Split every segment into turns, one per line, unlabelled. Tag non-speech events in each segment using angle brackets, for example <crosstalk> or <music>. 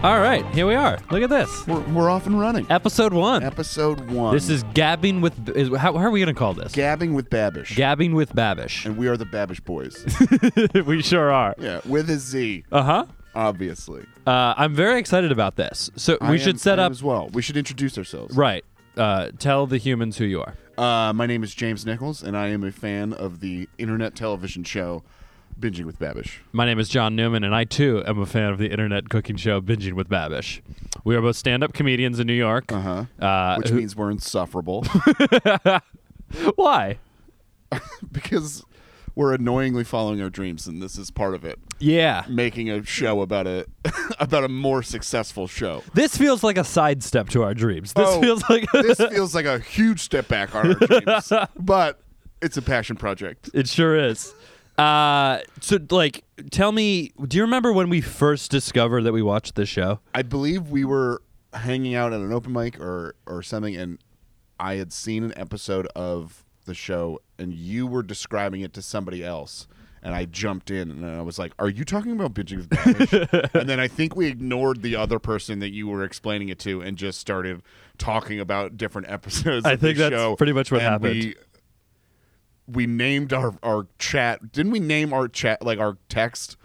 All right, here we are. Look at this.
We're, we're off and running.
Episode one.
Episode one.
this is gabbing with. Is, how, how are we going to call this?
gabbing with Babish,
gabbing with Babish. <laughs>
<laughs> and we are the Babish boys.
we sure are.
yeah, with a Z,
Uh-huh.
obviously.
Uh I'm very excited about this. So we
I
should
am-
set
I am
up.
as well. We should introduce ourselves.
Right. Uh, tell the humans who you are.
Uh, my name is James Nichols, and I am a fan of the internet television show Binging with Babish.
My name is John Newman, and I too am a fan of the internet cooking show Binging with Babish. We are both stand up comedians in New York.
Uh-huh.
Uh,
Which
who-
means we're insufferable <laughs>
Why?
because we're annoyingly following our dreams, and this is part of it.
Yeah.
Making a show about a <laughs> about a more
<laughs>
successful show.
This feels like a sidestep to our dreams. This
Oh,
feels like.
this feels like a huge step back on
<laughs>
our dreams, but it's a passion project.
It sure is. Uh, so, like, tell me, do you remember when we first discovered that we watched this show?
I believe we were hanging out at an open mic or or something, and I had seen an episode of the show, and you were describing it to somebody else. And I jumped in and I was like, Are you talking about binging with
<laughs>
Babish? and then I think we ignored the other person that you were explaining it to and just started talking about different episodes.
I
of
think
the
that's
show,
pretty much what
and
happened.
We, we named our, our chat. Didn't we name our chat, like our text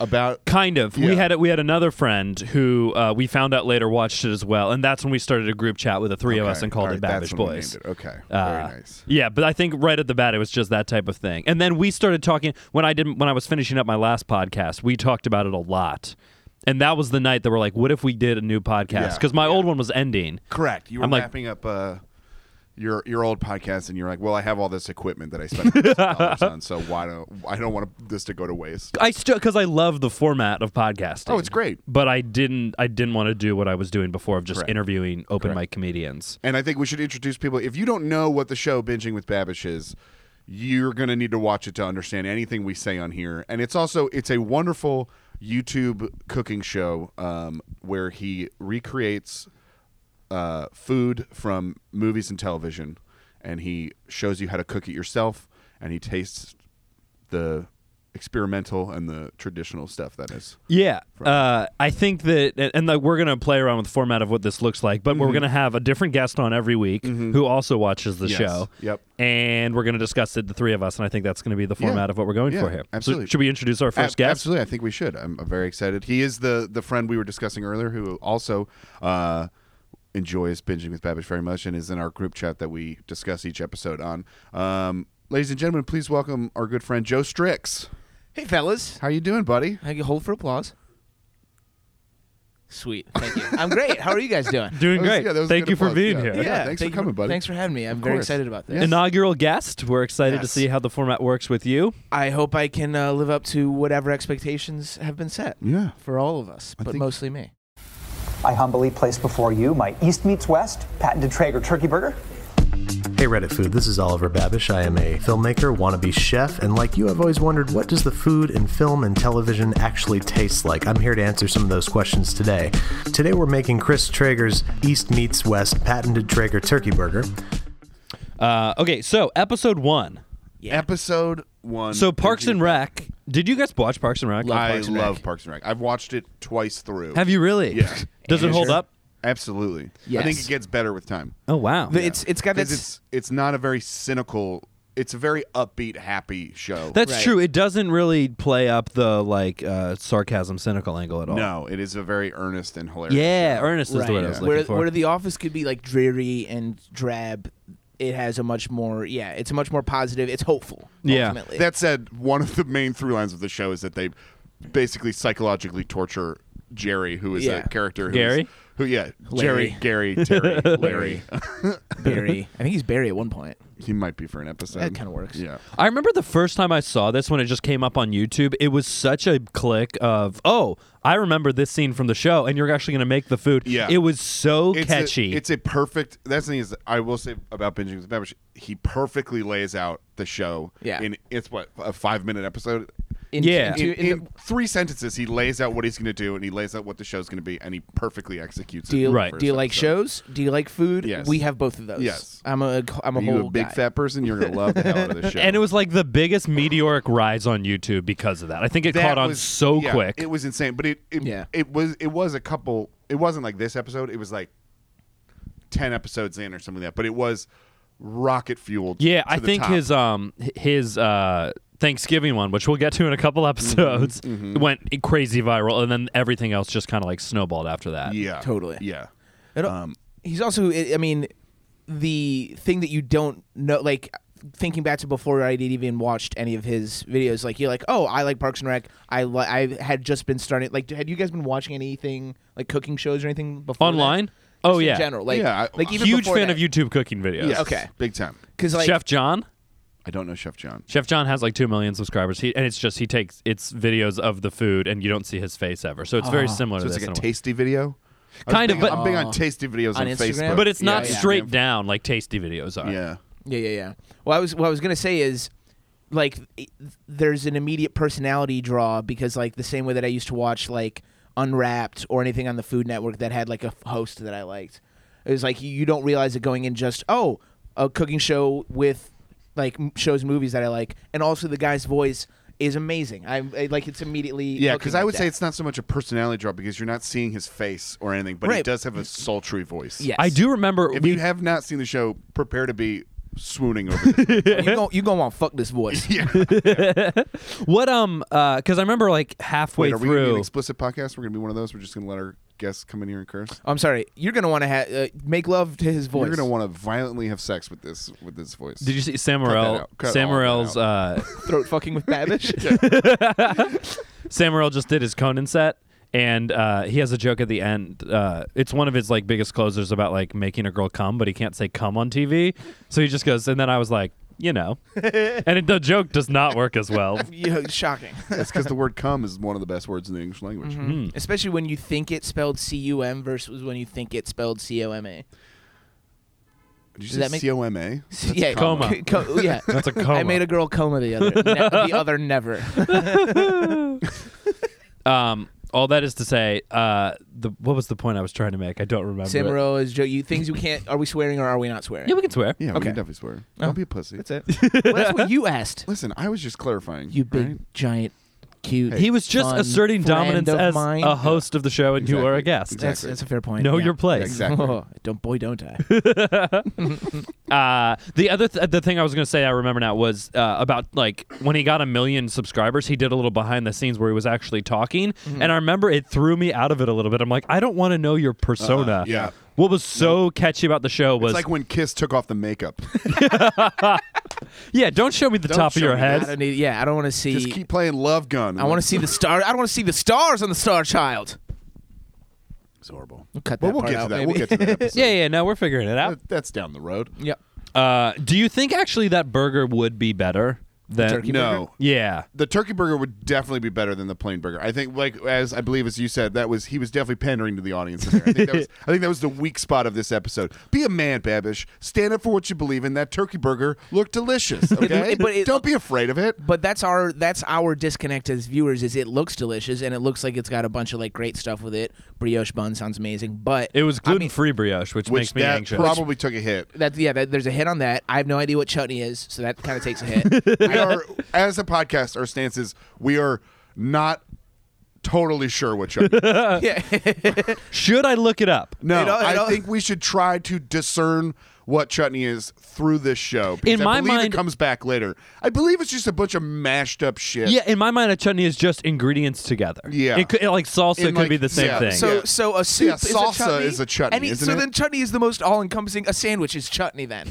about
Kind of. We
Yeah.
had we had another friend who uh, we found out later watched it as well, and that's when we started a group chat with the three of us
Okay,
and called
all
it
right,
Babish
that's when we
Boys.
named it. Okay,
Uh,
very nice.
Yeah, but I think right at the bat it was just that type of thing. And then we started talking when I didn't when I was finishing up my last podcast. We talked about it a lot, and that was the night that we're like, "What if we did a new podcast?"
Yeah,
Because my old one was ending.
Correct. You were
I'm like-
wrapping up uh, your your old podcast, and you're like, "Well, I have all this equipment that I
<laughs>
spent hundreds of dollars on, so why don't I don't want this to go to waste."
I still because I love the format of podcasting.
Oh, it's great.
But I didn't I didn't want to do what I was doing before of just interviewing open mic comedians.
And I think we should introduce people. If you don't know what the show "Binging with Babish" is, you're going to need to watch it to understand anything we say on here. And it's also it's a wonderful YouTube cooking show um, where he recreates uh, food from movies and television, and he shows you how to cook it yourself, and he tastes the experimental and the traditional stuff. That is
Yeah, uh, I think that, and, and like we're gonna play around with the format of what this looks like, but
Mm-hmm.
we're gonna have a different guest on every week who also watches the
Yes.
show.
Yep.
and we're gonna discuss it, the three of us, and I think that's gonna be the format of what we're going
Yeah,
for here.
absolutely.
So should we introduce our first
Ab-
guest?
Absolutely, I think we should. I'm I'm very excited. He is the the friend we were discussing earlier, who also uh, enjoys binging with Babish very much, and is in our group chat that we discuss each episode on. Um, ladies and gentlemen, please welcome our good friend Joe Strix.
Hey, fellas.
How you doing, buddy?
I can hold for applause. Sweet. Thank you. I'm great. How are you guys doing?
<laughs> Doing
That was-
great.
yeah, that was a
Thank
good
you for
applause.
being
<laughs> Yeah.
here.
thanks
thank
for coming,
you,
buddy.
Thanks for having me. I'm very
course.
excited about this.
Yeah.
Inaugural guest. We're excited to
Yes.
see how the format works with you.
I hope I can uh, live up to whatever expectations have been set
Yeah.
for all of us, but
think-
mostly me.
I humbly place before you my East meets West patented Traeger turkey burger.
Hey Reddit Food, this is Oliver Babish. I am a filmmaker, wannabe chef, and like you, I've always wondered what does the food in film and television actually taste like? I'm here to answer some of those questions today. Today we're making Chris Traeger's East Meets West patented Traeger turkey burger.
Uh, okay, so episode one.
Episode one.
So Parks
Binging
and
with
Rec. Did you guys watch Parks and Rec?
Babish. I
Parks and Rec.
love Parks and Rec. I've watched it twice through.
Have you really?
Yeah.
<laughs> Does it
Yeah,
hold
sure.
up?
Absolutely. I think
Yes.
it gets better with time.
Oh wow.
The- It's it's got that.
Because it's it's not a very cynical. It's a very upbeat, happy show.
That's
Right.
true. It doesn't really play up the like uh, sarcasm, cynical angle at all.
No, it is a very earnest and hilarious.
Yeah,
show.
Ernest is the word I was looking
where,
for.
where the office could be like dreary and drab, it has a much more yeah. It's a much more positive. It's hopeful.
Yeah.
ultimately.
That said, one of the main through lines of the show is that they basically psychologically torture Jerry, who is
Yeah.
a character who
Gary?
is- who yeah,
Larry.
Jerry, Gary,
<laughs>
Terry, Larry.
Barry. I think he's Barry at one point.
<laughs> he might be for an episode.
That kinda works.
Yeah.
I remember the first time I saw this when it just came up on YouTube. It was such a click of oh, I remember this scene from the show, and you're actually going to make the food.
Yeah.
it was so
It's a-
catchy.
it's a perfect. That's the thing is, I will say about binging with Babish, he perfectly lays out the show.
Yeah.
in it's what a five minute episode.
in,
Yeah.
into-
In,
in
in three sentences, he lays out what he's going to do, and he lays out what the show's going to be, and he perfectly executes
Do you,
it.
Right.
do you like
shows?
shows? Do you like food?
Yes.
We have both of those.
Yes.
I'm a I'm a
Are
whole
you a big
guy.
fat person? You're gonna love the hell
<laughs>
out of this show.
And it was like the biggest meteoric rise on YouTube because of that. I think it
That
caught on
was-
so
yeah,
quick.
It was insane, but it it,
Yeah.
it was it was a couple. It wasn't like this episode. It was like ten episodes in or something like that. But it was rocket fueled.
yeah,
to
I
the
think
top.
his um h- his uh Thanksgiving one, which we'll get to in a couple
Mm-hmm,
episodes, <laughs> went crazy viral, and then everything else just kind of like snowballed after that.
yeah
Totally.
yeah.
It- uh,
um,
he's also. I I mean, the thing that you don't know, like thinking back to before I had even watched any of his videos, like you're like, oh, I like Parks and Rec. I li- I had just been starting. Like, had you guys been watching anything like cooking shows or anything before? that?
Online?
Just
Oh,
in
yeah.
general. Like,
Yeah, I-
like even
Huge
before
fan
that.
of YouTube cooking videos.
Yes,
okay.
Big time.
because like
Chef John.
I don't know Chef John.
Chef John has like two million subscribers, he, and it's just he takes it's videos of the food, and you don't see his face ever. So it's
Ah.
very similar
So
to
it's
this.
like a
in a way.
tasty video. I was
Kind of,
big-
but-
I'm big on tasty videos on,
On Instagram?
Facebook,
but it's
Yeah,
not
yeah.
straight down like tasty videos are.
Yeah.
Yeah, yeah, yeah. Well, I was what I was gonna say is, like, i- there's an immediate personality draw because, like, the same way that I used to watch like Unwrapped or anything on the Food Network that had like a f- host that I liked, it was like you- you don't realize it going in. Just oh, a cooking show with like m- shows movies that I like, and also the guy's voice is amazing. I, I like it's immediately
Yeah,
hooking
because I
like
would say
that.
it's not so much a personality draw because you're not seeing his face or anything, but he
Right.
does have a sultry voice.
yes.
I do remember
If
we
you have not seen the show, prepare to be swooning
<laughs>
over. This.
You go, you go on fuck this
<laughs>
voice.
yeah.
what um uh because I remember like halfway
Wait, are we gonna be an
through.
explicit podcast? We're gonna be one of those. We're just gonna let our guests come in here and curse.
I'm sorry. You're gonna want to ha- uh, make love to his voice.
You're gonna want to violently have sex with this with this voice. <laughs>
Did you see Sam
that
Morril?
out. Cut
Sam
all that
Morril's uh,
throat fucking
<laughs>
with Babish.
Sam Morril just did his Conan set, and uh, he has a joke at the end. Uh, it's one of his like biggest closers about like making a girl come, but he can't say come on TV, so he just goes. And then I was like, you
<laughs>
know, and it, the joke does not work as well.
<laughs> Yeah, shocking.
That's because the word "cum" is one of the best words in the English language.
Mm-hmm. Especially when you think it's spelled C U M versus when you think it's spelled C O M A.
Did you
Does
say
that make-
"coma"?
<laughs> Yeah,
coma.
c- co- oh, yeah.
That's a coma.
<laughs> I made a girl coma the other, ne- the other never.
Um, all that is to say, uh, the what was the point I was trying to make? I don't remember. it.
Samuro is Joe. You things you can't. Are we swearing or are we not swearing?
Yeah, we can swear.
Yeah, we
Okay. Oh,
can definitely swear. Don't be a pussy.
that's it. well, <laughs> that's what you
<laughs>
asked.
Listen, I was just clarifying.
You big
right?
giant cute.
He was just
fun
asserting
friend
dominance
of
as
mine.
a host of the show, and you
Exactly.
are a guest.
That's
Exactly.
that's a fair point.
Know
yeah.
your place.
Yeah, exactly.
Oh, <laughs> don't boy, don't I?
Uh, the other th- the thing I was gonna say I remember now was uh, about like when he got a million subscribers, he did a little behind the scenes where he was actually talking,
Mm-hmm.
and I remember it threw me out of it a little bit. I'm like, I don't want to know your persona.
Uh-uh, yeah.
What was so catchy about the show was
It's like when Kiss took off the
<laughs>
makeup.
yeah, don't show me the
Don't
top of
show
your
me
head.
I don't need. Yeah, I don't want to see.
just keep playing Love Gun.
I want to see the star. I don't want to see the stars on the Star Child.
It's horrible.
cut
But
that
we'll
part
get to
out,
that.
maybe.
We'll get to
<laughs>
that. Episode.
Yeah, yeah, no, we're figuring it out.
That- That's down the road.
Yep.
Uh, do you think actually that burger would be better than
Turkey
no.
burger?
Yeah,
the turkey burger would definitely be better than the plain burger. I think, like as I believe as you said, that was he was definitely pandering to the audience. in There. I, think
<laughs>
that was, I think that was the weak spot of this episode. Be a man, Babish. Stand up for what you believe in. That turkey burger looked delicious. Okay,
but <laughs> it-
don't be afraid of it.
But that's our that's our disconnect as viewers is it looks delicious and it looks like it's got a bunch of like great stuff with it. Brioche bun sounds amazing, but
it was
I mean,
gluten free brioche, which,
Which
makes me
that
anxious.
probably took a
<laughs>
hit.
that yeah, that, there's a hit on that. I have no idea what chutney is, so that kind of takes
<laughs>
a hit.
We are, as a podcast, our stance is we are not totally sure what you
yeah,
Should I look it up?
No,
It all- it
I
all-
think we should try to discern what chutney is through this show.
In
because I
my
believe
mind-
it comes back later. I believe it's just a bunch of mashed up shit.
Yeah, in my mind, a chutney is just ingredients together.
Yeah.
it could, it- like salsa
In,
could
like,
be the same
yeah,
thing.
so
Yeah.
so a soup
Yeah,
is
salsa
a chutney,
is a chutney,
and he-
isn't
so
it?
then chutney is the most all encompassing. A sandwich is chutney then.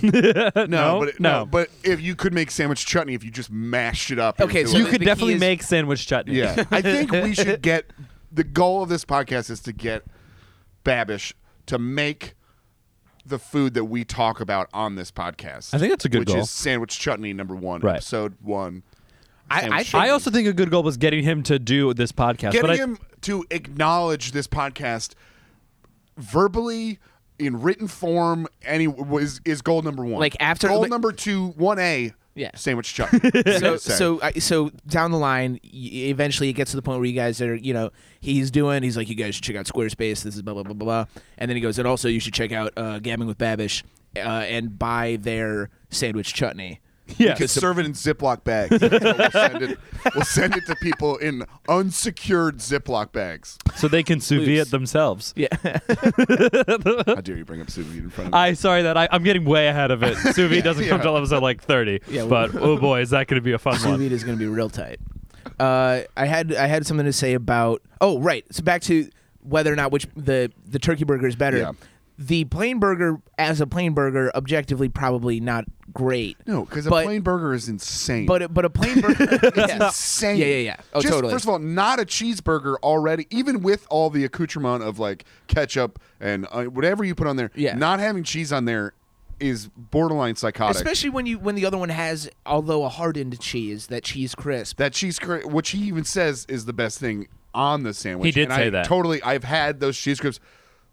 No,
but
no.
But if you could make sandwich chutney, if you just mashed it up.
Okay,
into
so
it.
you
I
could
think
definitely
he is-
make sandwich chutney. <laughs>
Yeah, I think we should get the goal of this podcast is to get Babish to make the food that we talk about on this podcast.
I think that's a good
which
goal.
is sandwich chutney number one,
Right.
episode one.
I, I
Sandwich
think
I also think a good goal was getting him to do this podcast.
Getting
but I,
him to acknowledge this podcast verbally. In written form, any was is goal number one.
Like after-
goal
like-
number two, one A.
Yeah.
Sandwich
<laughs>
Chuck. Sorry.
so so I, so down the line, y- eventually it gets to the point where you guys are, you know, he's doing, he's like, you guys should check out Squarespace. This is blah blah blah blah, blah. and then he goes, and also you should check out uh, Gabbing with Babish uh, and buy their sandwich chutney.
Yes.
because
serve it in Ziploc
<laughs>
bags. So we'll, send it, we'll send it to people in unsecured Ziploc
<laughs>
bags.
so they can sous vide
Loose.
it themselves.
yeah,
How dare you bring up sous vide in front of me?
I sorry that I, I'm getting way ahead of it. Sous vide doesn't come
<laughs> yeah.
till episode like
<laughs>
30.
Yeah,
but oh boy, is that going to be a fun
sous
one?
vide is going to be real tight. Uh, I had I had something to say about. Oh right, so back to whether or not which the the turkey burger is better.
Yeah.
The plain burger, as a plain burger, objectively probably not great.
no, because a
but-
plain burger is insane.
But a- but a plain burger,
it's
<laughs> Yeah.
insane.
Yeah, yeah, yeah. Oh,
Just,
totally.
First of all, not a cheeseburger already, even with all the accoutrement of like ketchup and uh, whatever you put on there.
Yeah.
Not having cheese on there is borderline psychotic.
especially when you when the other one has although a hardened cheese that cheese crisp
that cheese cri- which he even says is the best thing on the sandwich.
He did
and
say
I
that.
Totally, I've had those cheese crisps.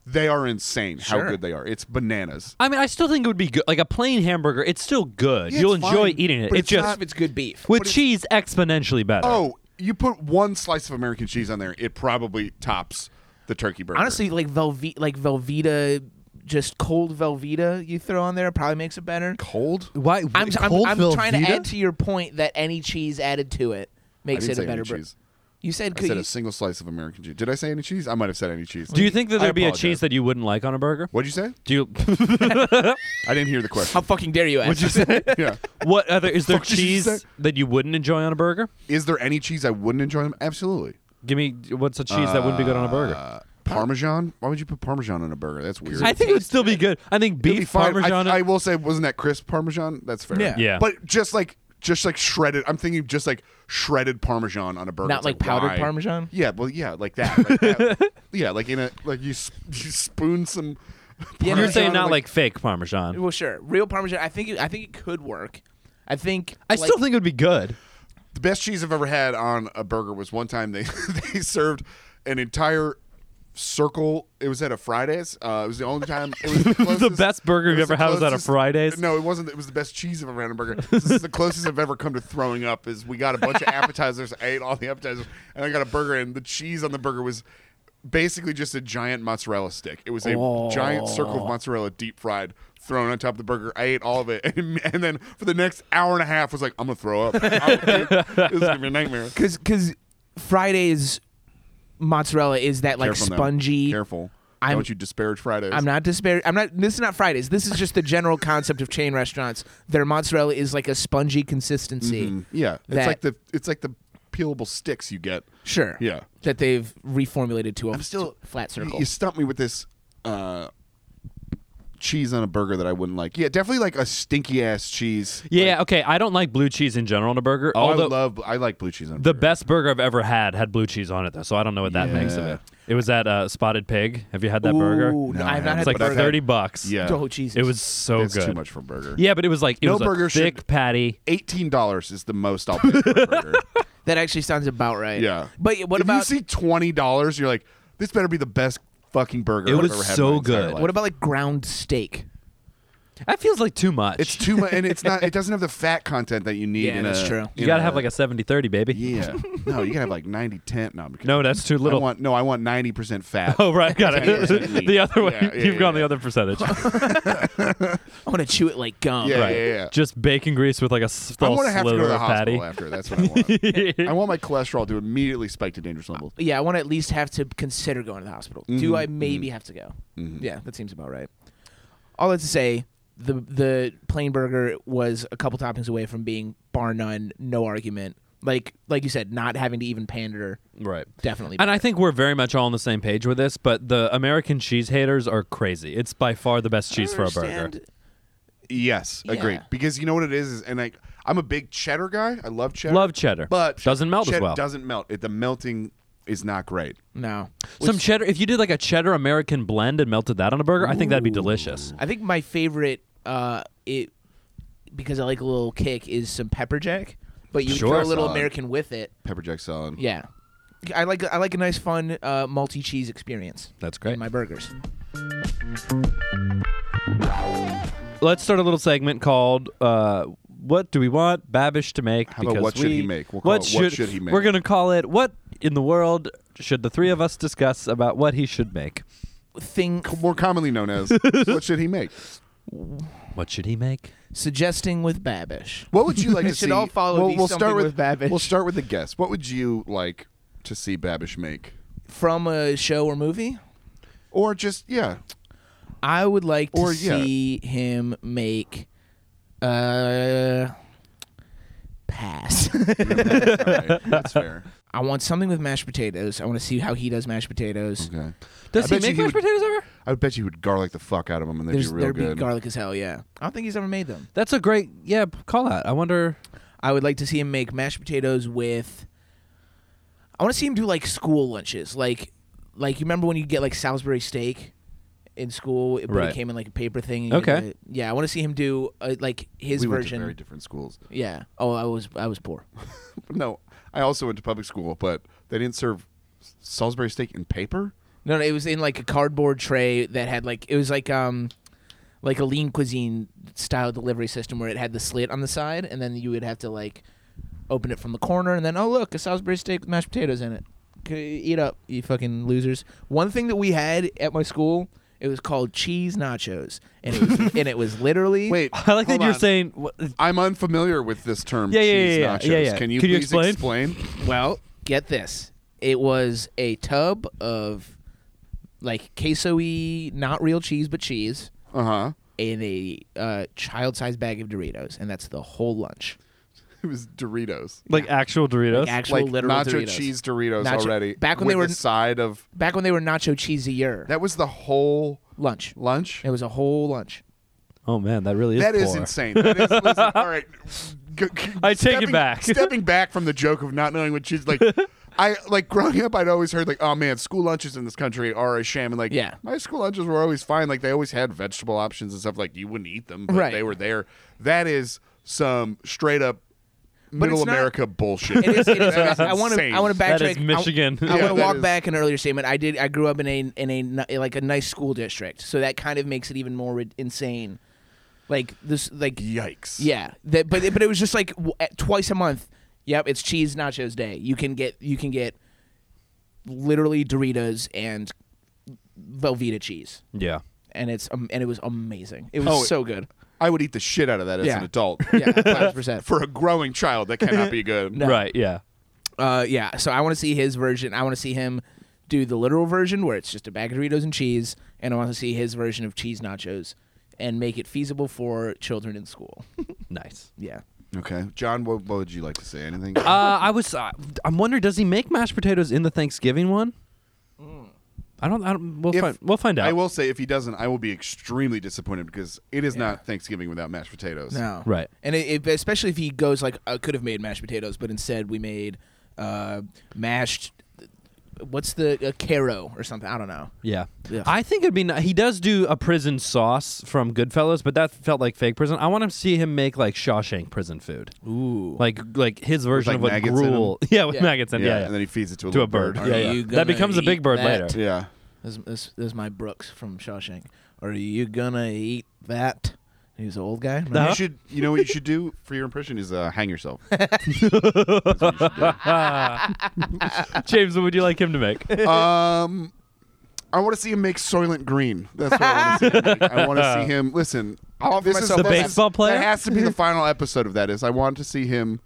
They are insane
Sure.
how good they are. It's bananas.
I mean, I still think it would be good. Like a plain hamburger, it's still good.
Yeah,
You'll
it's
enjoy
fine,
eating it.
but
It
it's
just
not-
if it's good beef
with cheese exponentially better.
Oh, you put one slice of American cheese on there, it probably tops the turkey burger.
honestly like velve like velveta just cold velveta you throw on there probably makes it better
cold.
Why?
i'm, I'm,
cold
I'm trying
Velveeta?
to add to your point that any cheese added to it makes
didn't
it
say
a better
any
bur-
cheese.
you said,
I
could
said
you-
a single slice of American cheese. Did I say any cheese? I might have said any cheese.
Do you think that
I
there'd be a
apologize.
cheese that you wouldn't like on a burger?
What'd you say?
Do you?
I didn't hear the question.
<laughs>
how fucking dare you ask
Would you say?
yeah.
What other is there
fuck did you
cheese
say?
that you wouldn't enjoy on a burger?
Is there any cheese I wouldn't enjoy? Absolutely.
Give me what's a cheese that wouldn't be good on a burger?
Uh, Parmesan? Why would you put Parmesan on a burger? That's weird.
I think it would still be good. I think
It'd be
beef
fine.
parmesan.
I, I will say, wasn't that crisp Parmesan? That's fair.
Yeah.
Yeah.
But just like, just like shredded. I'm thinking just like shredded Parmesan on a burger.
Not
It's
like powdered
why?
Parmesan?
Yeah. Well, yeah, like that. Like
<laughs>
that. yeah, like in a like you s- you spoon some.
Yeah,
You're
Parmesan
saying
on,
not like fake parmesan.
well sure real parmesan i think it, i think it could work i think
I
like-
still think it would be good.
The best cheese I've ever had on a burger was one time they <laughs> they served an entire circle. It was at a Fridays. Uh, it was the only time.
<laughs>
It was the, closest-
best burger
it
you've
the
ever had was at a
closest-
Fridays?
No, it wasn't. It was the best cheese I've ever had on a burger. This is the closest I've ever come to throwing up. Is we got a
<laughs>
bunch of appetizers, I ate all the appetizers, and I got a burger, and the cheese on the burger was. Basically, just a giant mozzarella stick. It was a giant circle of mozzarella, deep fried, thrown on top of the burger. I ate all of it, <laughs> and, and then for the next hour and a half, was like, "I'm gonna throw up. <laughs> I'm gonna puke. this is gonna be a nightmare."
because because Friday's mozzarella is that like
Careful now.
spongy.
Careful.
I'm-
Don't you disparage Fridays.
I'm not disparaging. I'm not. This is not Fridays. This is just the general concept of chain restaurants. Their mozzarella is like a spongy consistency.
Yeah, it's
That-
like the it's like the peelable sticks you get.
Sure.
Yeah.
That they've reformulated to a
I'm still
flat
You,
circle.
you stumped me with this uh, cheese on a burger that I wouldn't like. Yeah, definitely like a stinky ass cheese.
Yeah, okay. I don't like blue cheese in general on a burger.
Oh,
although
I love I like blue cheese on a
the
burger.
best burger I've ever had had blue cheese on it though, so I don't know what that makes of
Yeah.
it. It was at uh, Spotted Pig. Have you had that
Ooh,
burger?
no,
No, I haven't,
I've not
It's
had
like
the
but I've
burger.
thirty bucks.
Yeah.
Oh Jesus!
it was so
Oh,
That's
good.
too much for a burger.
Yeah, but it was like it
No
was
burger
a
should-
thick patty.
Eighteen dollars is the most
<laughs>
I'll pay for a burger.
that actually sounds about right.
yeah.
But what
if
about
you see twenty dollars? You're like, this better be the best fucking burger.
It
I've
was
ever had in
so
my entire
good.
life.
what about like ground steak?
That feels like too much.
It's too much, and it's not. It doesn't have the fat content that you need.
Yeah,
in
that's
a-
true.
you
in
gotta
a-
have like a 70-30, baby.
<laughs>
Yeah. No, you gotta have like 90 10. No, I'm kidding.
No, that's too
I
little.
want no. I want 90 percent fat.
<laughs> Oh right, got
<laughs>
it. <laughs>
Yeah.
the other way,
Yeah, yeah,
you've gone
<laughs> yeah.
the other percentage.
I want to chew it like gum.
Yeah,
right.
yeah, yeah.
Just bacon grease with like a s-
I'm
little
gonna have to go to
sliver
the
of patty.
hospital after. That's what I
<laughs>
want. I want my cholesterol to immediately spike to dangerous levels.
yeah, I want to at least have to consider going to the hospital. Do I maybe have to go? Yeah, that seems about right. All that to say, the the plain burger was a couple toppings away from being bar none, no argument. Like like you said, not having to even pander.
Right.
Definitely.
And I think we're very much all on the same page with this, but the American cheese haters are crazy. It's by far the best cheese for a burger.
Yes, agreed.
Yeah.
Because you know what it is, is and like I'm a big cheddar guy. I love cheddar.
Love cheddar.
but
Doesn't melt as
cheddar
well.
Doesn't melt. It, the melting is not great.
No.
Some cheddar. If you did like a cheddar American blend and melted that on a burger, I think that'd be delicious.
I think my favorite uh it because I like a little kick is some pepper jack, but you
Sure.
throw a little
Solid.
American with it.
Pepper jack salad.
Yeah. I like I like a nice fun uh, multi cheese experience.
That's great.
in my burgers.
Let's start a little segment called uh, what do we want Babish to make?
How about what should he make? We'll call it, "What should he make?"
We're gonna call it what in the world should the three of us discuss about what he should make?
Thing
More commonly
<laughs>
known as what should he make?
What should he make?
suggesting with Babish.
What would you like
It
to
should
see?
all follow
Well,
be
we'll
something
start
with Babish.
We'll start with the guess. What would you like to see Babish make?
From a show or movie,
Or just yeah,
I would like to
Or, yeah.
see him make uh pass. <laughs>
Alright, that's fair.
I want something with mashed potatoes. I want to see how he does mashed potatoes.
Okay. I
Does
bet
he
you
make
he
mashed
would-
potatoes ever?
I would bet you would garlic the fuck out of them and they'd
There's
be real
there'd
good.
be garlic as hell, yeah. I don't think he's ever made them.
That's a great yeah call out. I wonder.
I would like to see him make mashed potatoes with. I want to see him do like school lunches, like like you remember when you get like Salisbury steak in school, but
Right.
it came in like a paper thing. and you
Okay.
had to- yeah, I want to see him do uh, like his
we went to
version.
very different schools. <laughs>
yeah. Oh, I was I was poor.
No, I also went to public school, but they didn't serve Salisbury steak in paper.
No, no, it was in like a cardboard tray that had like it was like um like a lean cuisine style delivery system where it had the slit on the side and then you would have to like open it from the corner and then oh look a Salisbury steak with mashed potatoes in it. C- Eat up, you fucking losers. One thing that we had at my school, it was called cheese nachos and it was, and it was literally
Wait,
<laughs> I like
hold
that you're
on.
saying what,
I'm unfamiliar with this term.
Yeah, yeah, yeah,
cheese
yeah,
nachos.
yeah, yeah.
Can you
Could you
please
explain?
Well, get this. It was a tub of like queso-y, not real cheese but cheese.
Uh huh.
in a uh, child-sized bag of Doritos, and that's the whole lunch.
It was Doritos.
like actual Doritos.
Actual
like
literal
nacho
Doritos.
cheese Doritos
Nacho-
already.
Back when
with
they were
the side of
back when they were nacho cheesier
that was the whole
lunch.
lunch.
It was a whole lunch.
oh man, that really is.
That is
poor.
insane. That is, listen, all right. G- g-
<laughs> I take it
stepping-
back.
stepping back from the joke of not knowing what
<laughs>
she's like. I like growing up. I'd always heard like, oh man, school lunches in this country are a sham. And like,
Yeah.
my school lunches were always fine. Like they always had vegetable options and stuff. Like you wouldn't eat them, but
Right.
they were there. That is some straight up middle
it's not- <laughs>
America bullshit.
It is, it
<laughs>
is,
That is
I want to.
insane.
I want to backtrack.
That is Michigan.
<laughs>
I,
Yeah,
want
that
to walk
is-
back an earlier statement. I did. I grew up in a in a ni- like a nice school district, so that kind of makes it even more rid- insane. Like this, like
Yikes.
yeah. That, but it- but it was just like w- at- twice a month. Yep, it's cheese nachos day. You can get you can get literally Doritos and Velveeta cheese.
Yeah.
and it's um, and it was amazing. It was
Oh,
so good.
I would eat the shit out of that as
Yeah.
<laughs>
an adult.
Yeah, hundred percent.
For a growing child, that cannot be good.
Right. Yeah.
Uh, yeah. So I want to see his version. I want to see him do the literal version where it's just a bag of Doritos and cheese, and I want to see his version of cheese nachos and make it feasible for children in school. <laughs>
Nice.
yeah.
Okay, John, what, what would you like to say? Anything?
Uh, I was. Uh, I'm wondering, does he make mashed potatoes in the Thanksgiving one? I don't. Mm. I don't we'll
If-
find. We'll find out.
I will say, if he doesn't, I will be extremely disappointed because it is not Thanksgiving without mashed potatoes.
No.
Right.
And it, it, especially if he goes like I could have made mashed potatoes, but instead we made uh, mashed. What's the uh, caro or something? I don't know.
Yeah.
Yeah.
I think it'd be. Ni- he does do a prison sauce from Goodfellas, but that felt like fake prison. I want to see him make like Shawshank prison food,
Ooh.
like like his version
like,
of what
maggots in 'em?
gruel. <laughs> Yeah, with
Yeah.
maggots in. it.
Yeah,
Yeah. yeah.
and then he feeds it to a,
to
little
a bird.
Are
Yeah, yeah.
you
That becomes a
gonna
big
eat
bird
that? <laughs>
later.
Yeah.
This, this, this is my Brooks from Shawshank. Are you gonna eat that? He's an old guy. remember?
Uh-huh.
You should. You know what you should do for your impression is uh, hang yourself.
James, what would you like him to make?
um, I want to see him make Soylent Green. That's what I want to see. Him make. I want to see him. Listen,
offer
this
myself
is
The
this-
baseball player?
That has to be the final episode of that. Is I want to see him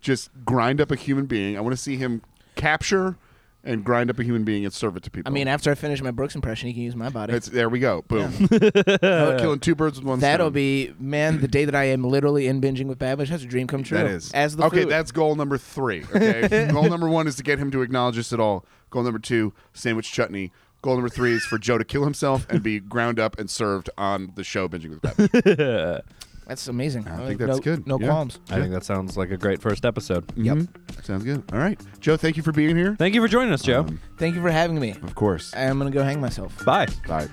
just grind up a human being. I want to see him capture and grind up a human being and serve it to people.
I mean, after I finish my Brooks impression, he can use my body.
It's there we go. Boom.
<laughs>
Killing two birds with one stone.
That'll be man. The day that I am literally in binging with Babish, that's a dream come true.
that is
as the
okay.
food.
That's goal number three. Okay,
<laughs>
goal number one is to get him to acknowledge us at all. Goal number two, sandwich chutney. Goal number three is for Joe to kill himself and be ground up and served on the show binging with
<laughs>
Babish.
that's amazing.
I think that's
no,
good.
No
Yeah.
qualms.
I think that sounds like a great first episode.
Yep, sounds good. All right, Joe, thank you for being here.
Um, Thank you for joining us, Joe.
Thank you for having me.
Of course.
I'm gonna go hang myself.
Bye.
Bye.